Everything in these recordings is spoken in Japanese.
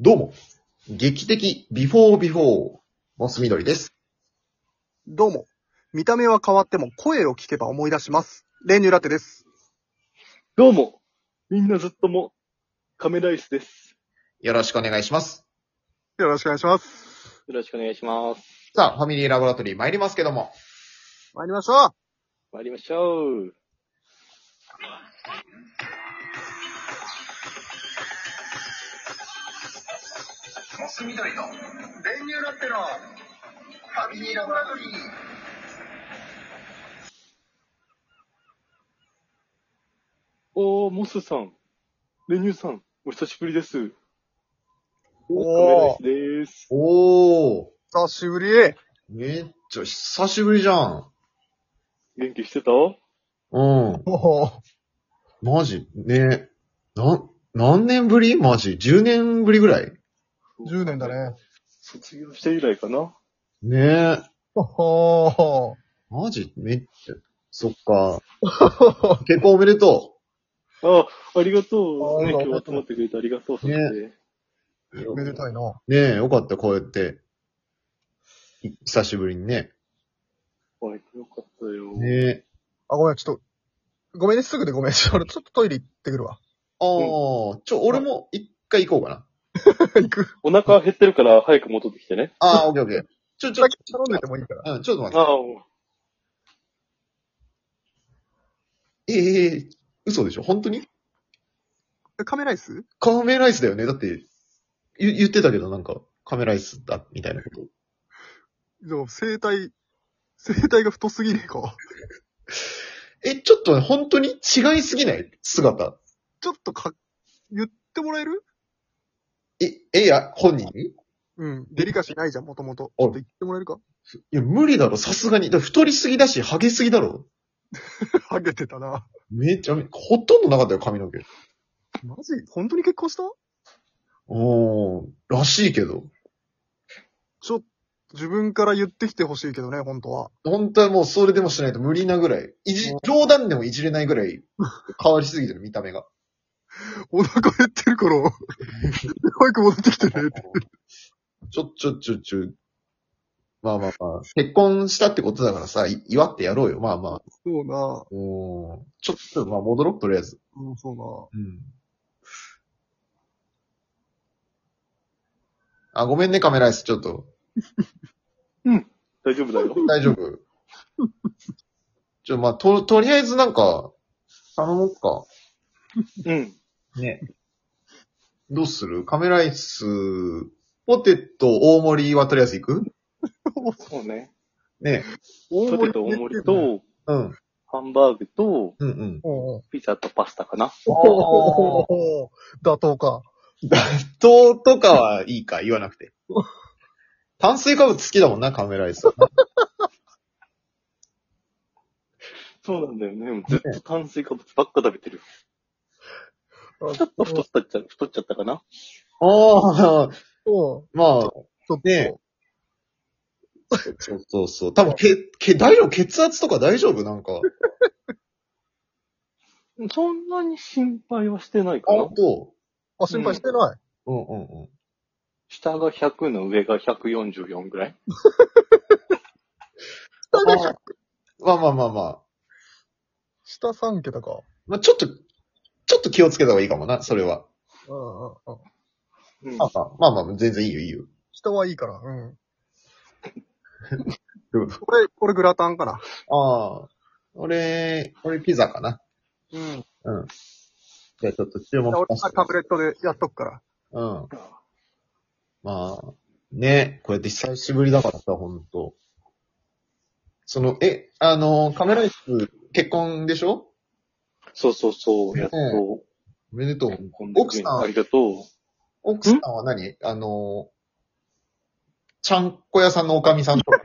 どうも、劇的ビフォービフォー、モスみどりです。どうも。見た目は変わっても声を聞けば思い出します。練乳ラテです。どうも、みんなずっとも、カメライスです。よろしくお願いします。よろしくお願いします。よろしくお願いします。さあ、ファミリーラボラトリー参りますけども、参りましょう。参りましょう。モス緑の練乳ラテのファミリーラボラトリー。おー、モスさん、レニューさん、お久しぶりです。カメライおスです。おー、久しぶり。めっちゃ久しぶりじゃん。元気してたうん、おマジ、ね、なん、何年ぶりマジ、10年ぶりぐらい10年だ。ね。卒業して以来かなねおほマジ、めっちゃ、そっ か。結婚おめでとあ、ありがとう。ね、あー今日集まってくれてありがとう。そして、う。たいな。ねえ、よかった、こうやって。い久しぶりにね。はい、よかったよ。ねえ。あ、ごめん、ちょっと。ごめんね、すぐでごめん。俺ちょっとトイレ行ってくるわ。ああ、ちょ、俺も一回行こうかな。行く。お腹減ってるから早く戻ってきてね。ああ、オッケーオッケー。ちょ、ちょ、だけ頼んでてもいいから。うん、ちょっと待あっあ、て。えええ嘘でしょ本当にえカメライスカメライスだよねだって、ゆ言ってたけど、なんか、カメライスだ、みたいなこと。でも、生体、生体が太すぎねえか。え、ちょっとね、本当に違いすぎない姿。ちょっとか、言ってもらえるえ、え、いや、本人にいうん。デリカシーないじゃん、もともと。ちおいょっと言ってもらえるかや、無理だろ、さすがに。だ太りすぎだし、ハゲすぎだろ。ハゲてたな。めちゃめ、ほとんどなかったよ、髪の毛。マジ本当に結婚したおー、らしいけど。ちょっと、自分から言ってきてほしいけどね、本当は。本当はもうそれでもしないと無理なぐらい。いじ、冗談でもいじれないぐらい、変わりすぎてる、見た目 が。お腹減ってるから、早く戻ってきてね。ちょ、ちょ、ちょ、ちょ。まあまあまあ、結婚したってことだからさ、い祝ってやろうよ。まあまあ。そうなおーちょっと、まあ戻ろう、とりあえず。うん、そうん。あ、ごめんね、カメライス、ちょっと。大丈夫だよ。大丈 夫。ちょ、まあ、と、とりあえずなんか、頼もうか。うん。ね。どうするカメライス、ポテト大盛りはとりあえず行く そうね。ね。うなポテト大盛り、と、うん。ハンバーグと、うんうん。おピザとパスタかな。おお妥当か。糖とかはいいか、言わなくて。炭水化物好きだもんな、カメライス。そうなんだよね。ずっと炭水化物ばっか食べてる。ちょっと太ったっちゃ、太っちゃったかな ああ、そまあ、う。ねそうそうそう。多分、け、け、大丈夫血圧とか大丈夫なんか。そんなに心配はしてないかなあ。と、あ、心配してない。うんうんうん。下が100の上が144ぐらい。下が100まあまあまあまあ。下3桁か。まあちょっと、ちょっと気をつけた方がいいかもな、それは。うんうんうん。うんまあまあ、まあまあ、全然いいよ、いいよ。下はいいから、うん。どうぞこれ、これグラタンかな。ああ、俺、俺ピザかな。うん。じゃあちょっと注文俺しまはす。タブレットでやっとくから。うん。まあ、ね、こうやって久しぶりだからさ、ほんと。その、え、あの、カメライス、結婚でしょそうそうそう。やねっと。おめでとう。こんでくれ奥さんありがと奥さんは何あの、ちゃんこ屋さんのおかみさんとか。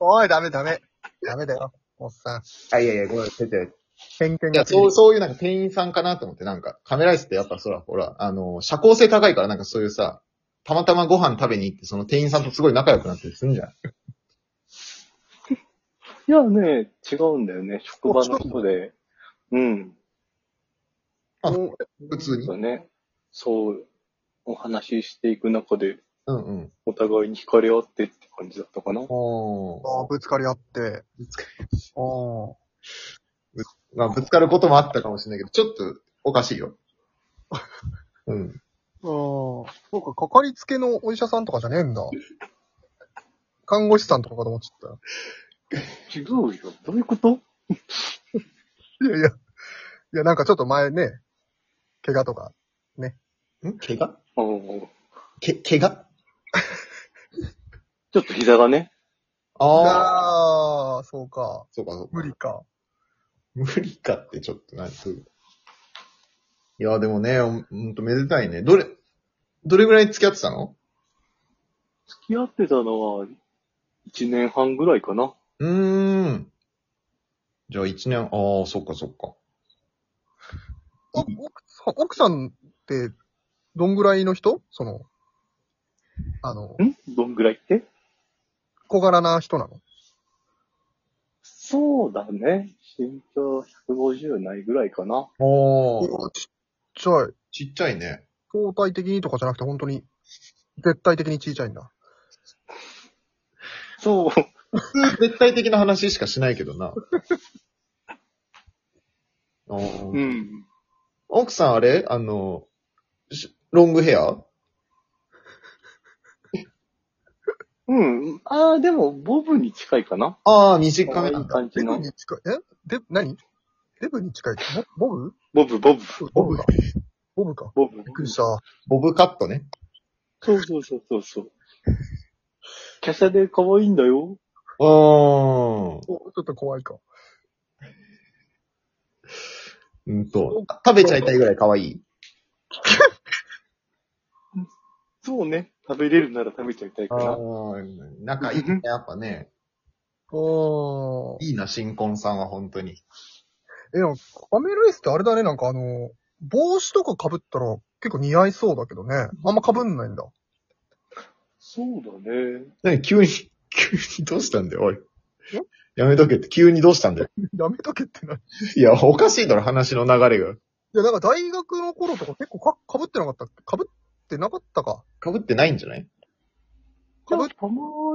おい、ダメダメ。ダメだよ。おっさん。 あ、いやいや、ごめん、出て。偏見いや、がそう、そういうなんか店員さんかなと思って、なんか、カメライスってやっぱそら、ほら、あの、社交性高いから、なんかそういうさ、たまたまご飯食べに行って、その店員さんとすごい仲良くなったりするんじゃん。う。いやね、違うんだよね。職場の人で。うん。あお普通にそう。だね。そう。お話ししていく中で、うんうん。お互いに惹かれ合ってって感じだったかな。おーああ、ぶつかり合って。ああ。まあ、ぶつかることもあったかもしれないけど、ちょっとおかしいよ。うん。ああ。そうか、かかりつけのお医者さんとかじゃねえんだ。看護師さんとかかと思っちゃっ違うよ。どういうことた。いやいや。いや、なんかちょっと前ね、怪我とか。ん怪我ああ。け、怪我ちょっと膝がね、ああ。ああ、そうか。そうか、そうか無。理か。無理かってちょっとなんかいや、でもね、ほんほんとめでたいね。どれ、どれぐらい付き合ってたの付き合ってたのは、1年半ぐらいかな。うーん。じゃあ一年、ああ、そっかそっか。お奥さん奥さんって、どんぐらいの人その、あの、んどんぐらいって小柄な人なのそうだね。身長150ないぐらいかな。ああ、おちっちゃい。ちっちゃいね。相対的にとかじゃなくて、本当に、絶対的に小さいんだ。そう。絶対的な話しかしないけ どな。あーうん。奥さんあれあの、しロングヘアうん。ああ、でも、ボブに近いかな。ああ、短可め愛ないんだ。感じデブの。に近い、えデブ、何デブに近い。ボボブボブ、ボブ。ボブか。ボブか。ボブびっ。くりした。ボブカットね。そうそうそうそうそう。華奢で可愛いんだよ。うーん。おちょっと怖いか。うんと、食べちゃいたいぐらい可愛い。そうね。食べれるなら食べちゃいたいかああな。、仲いいね、やっぱね。おー。いいな、新婚さんは本当に。え、なんかカメルエスってあれだね、なんかあの、帽子とか被ったら結構似合いそうだけどね。あんま被んないんだ。 そうだね。何急に、急にどうしたんだよ、おい。やめとけって、急にどうしたんだよ。やめとけってな。いいや、おかしいだろ、話の流れが。や、だから大学の頃とか結構か被ってなかったっけ被ってなかったか。被ってないんじゃない被っま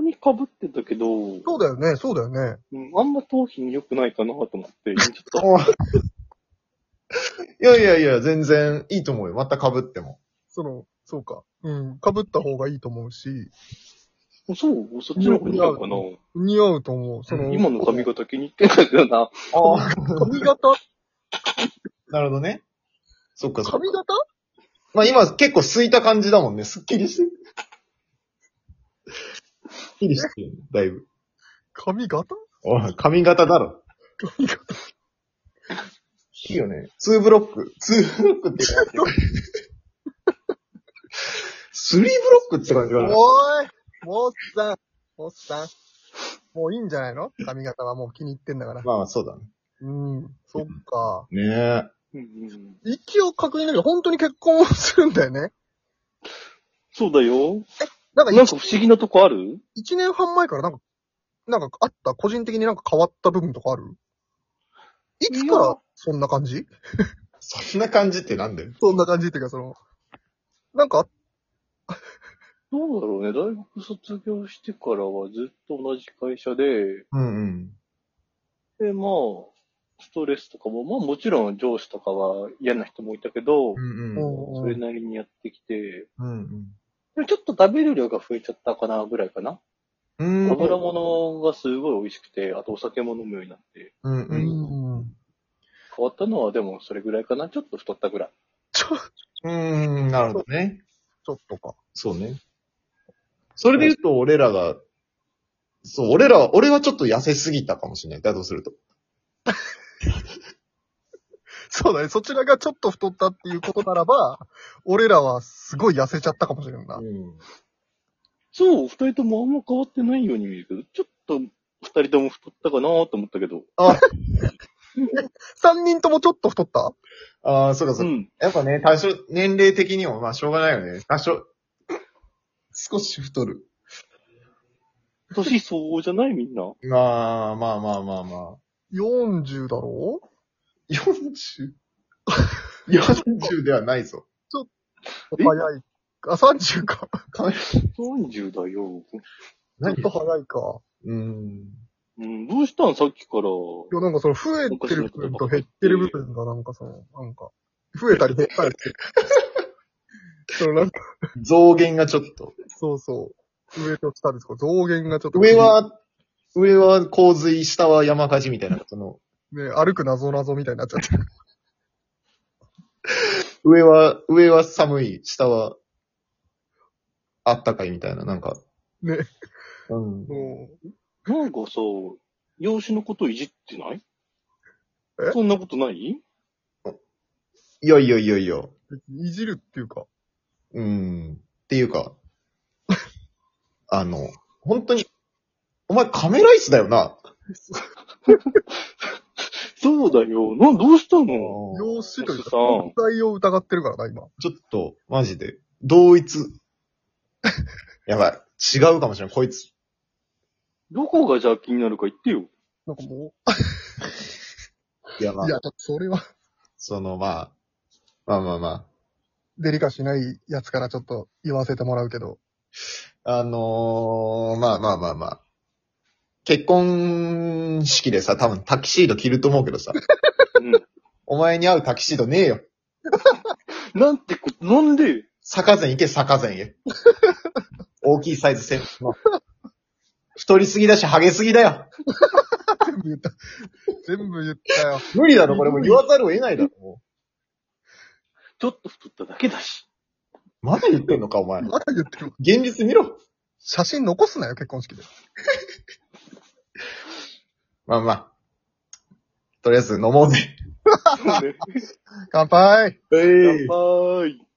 に被ってたけど、そうだよね、そうだよね。うん、あんま頭皮に良くないかなと思って、ちょっと、 いやいやいや、全然いいと思うよ。また被っても。その、そうか。うん。被った方がいいと思うし、そう、そっちの方がいいのかな。似合うと思う。その、今の髪型気に入ってたけどあな。あ。髪型なるほどね。そっかそっか。髪型まあ今結構すいた感じだもんね。すっきりしてる。すっきりしてる。だいぶ。髪型おい髪型だろ。髪型いいよね。ツーブロック。ツーブロックって言うかスリーブロックって感じかな。おーいもっさんもっさんもういいんじゃないの髪型はもう気に入ってんだから。まあそうだうん。そっか。ね。ねえ。うんうん、一応確認だけど、本当に結婚をするんだよね。そうだよ。なんかなんか一不思議なとこある一年半前からなんか、なんかあった個人的になんか変わった部分とかあるいつかいやらそんな感じそんな感じってなんだよ。そんな感じっていうか、その、なんかあっどうだろうね。大学卒業してからはずっと同じ会社で、うんうん。で、まあ、ストレスとかも、まあもちろん上司とかは嫌な人もいたけど、うんうん。うそんうれんなりにやってきて、うんでもちょっと食べる量が増えちゃったかなぐらいかな。うん。うん。油物がすごい美味しくて、あとお酒も飲むようになって。うんううん。ん。変わったのはでもそれぐらいかな。ちょっと太ったぐらい。ちょ、うん、なるほどね。ちょっとか。そうね。それで言うと、俺らが、そう、俺らは、俺はちょっと痩せすぎたかもしれない。だとすると。そうだね。そちらがちょっと太ったっていうことならば、俺らはすごい痩せちゃったかもしれんな。ん。そう、二人ともあんま変わってないように見えるけど、ちょっと二人とも太ったかなと思ったけど。三人ともちょっと太ったああ、そうかうそうか。ん。やっぱね、多少、年齢的にも、まあ、しょうがないよね。多少、少し太る。年相応じゃないみんな。まあ、まあまあまあまあ。 ?40 だろう 40?40 ではないぞ。早いあ、30か。 40だよ。ちょっ何と早いか。うん。うん、どうしたんさっきから。いや、なんかその増えてる部分と減ってる部分がなんかその、なんか、増えたり減ったり して。そのなんか、増減がちょっと。そうそう。上と下ですか。増減がちょっと。上は、上は洪水、下は山火事みたいな、その、ね、歩く謎謎みたいになっちゃって。上は、上は寒い、下は、あったかいみたいな、なんか。ね。うん。もう、なんかさ、養子のこといじってないえそんなことないいやいやいやいや。別にいじるっていうか。うん。っていうか、あの、本当に、お前カメライスだよな。そうだよ。な、どうしたの容姿というか、そうそう存在を疑ってるからな、今。ちょっと、マジで、同一。やばい。違うかもしれない、こいつ。どこがじゃあ気になるか言ってよ。なんかもいや、まう、あい、や、それは、その、まあ、まあまあまデリカしないやつからちょっと言わせてもらうけど。あ。あのー、まあまあまあまあ。結婚式でさ、多分タキシード着ると思うけどさ、うん。お前に合うタキシードねえよ。なんてこと、なんで坂前行け、坂前へ。 大きいサイズせん。太りすぎだし、ハゲすぎだよ。全部言った。全部言ったよ。無理だろ、これもう言わざるを得ないだろ。もちょっと太っただけだし。うまだ言ってんのか、お前。まだ言ってる。現実見ろ。写真残すなよ、結婚式で。まあまあ。とりあえず飲もうぜ。そうね。乾杯え乾杯。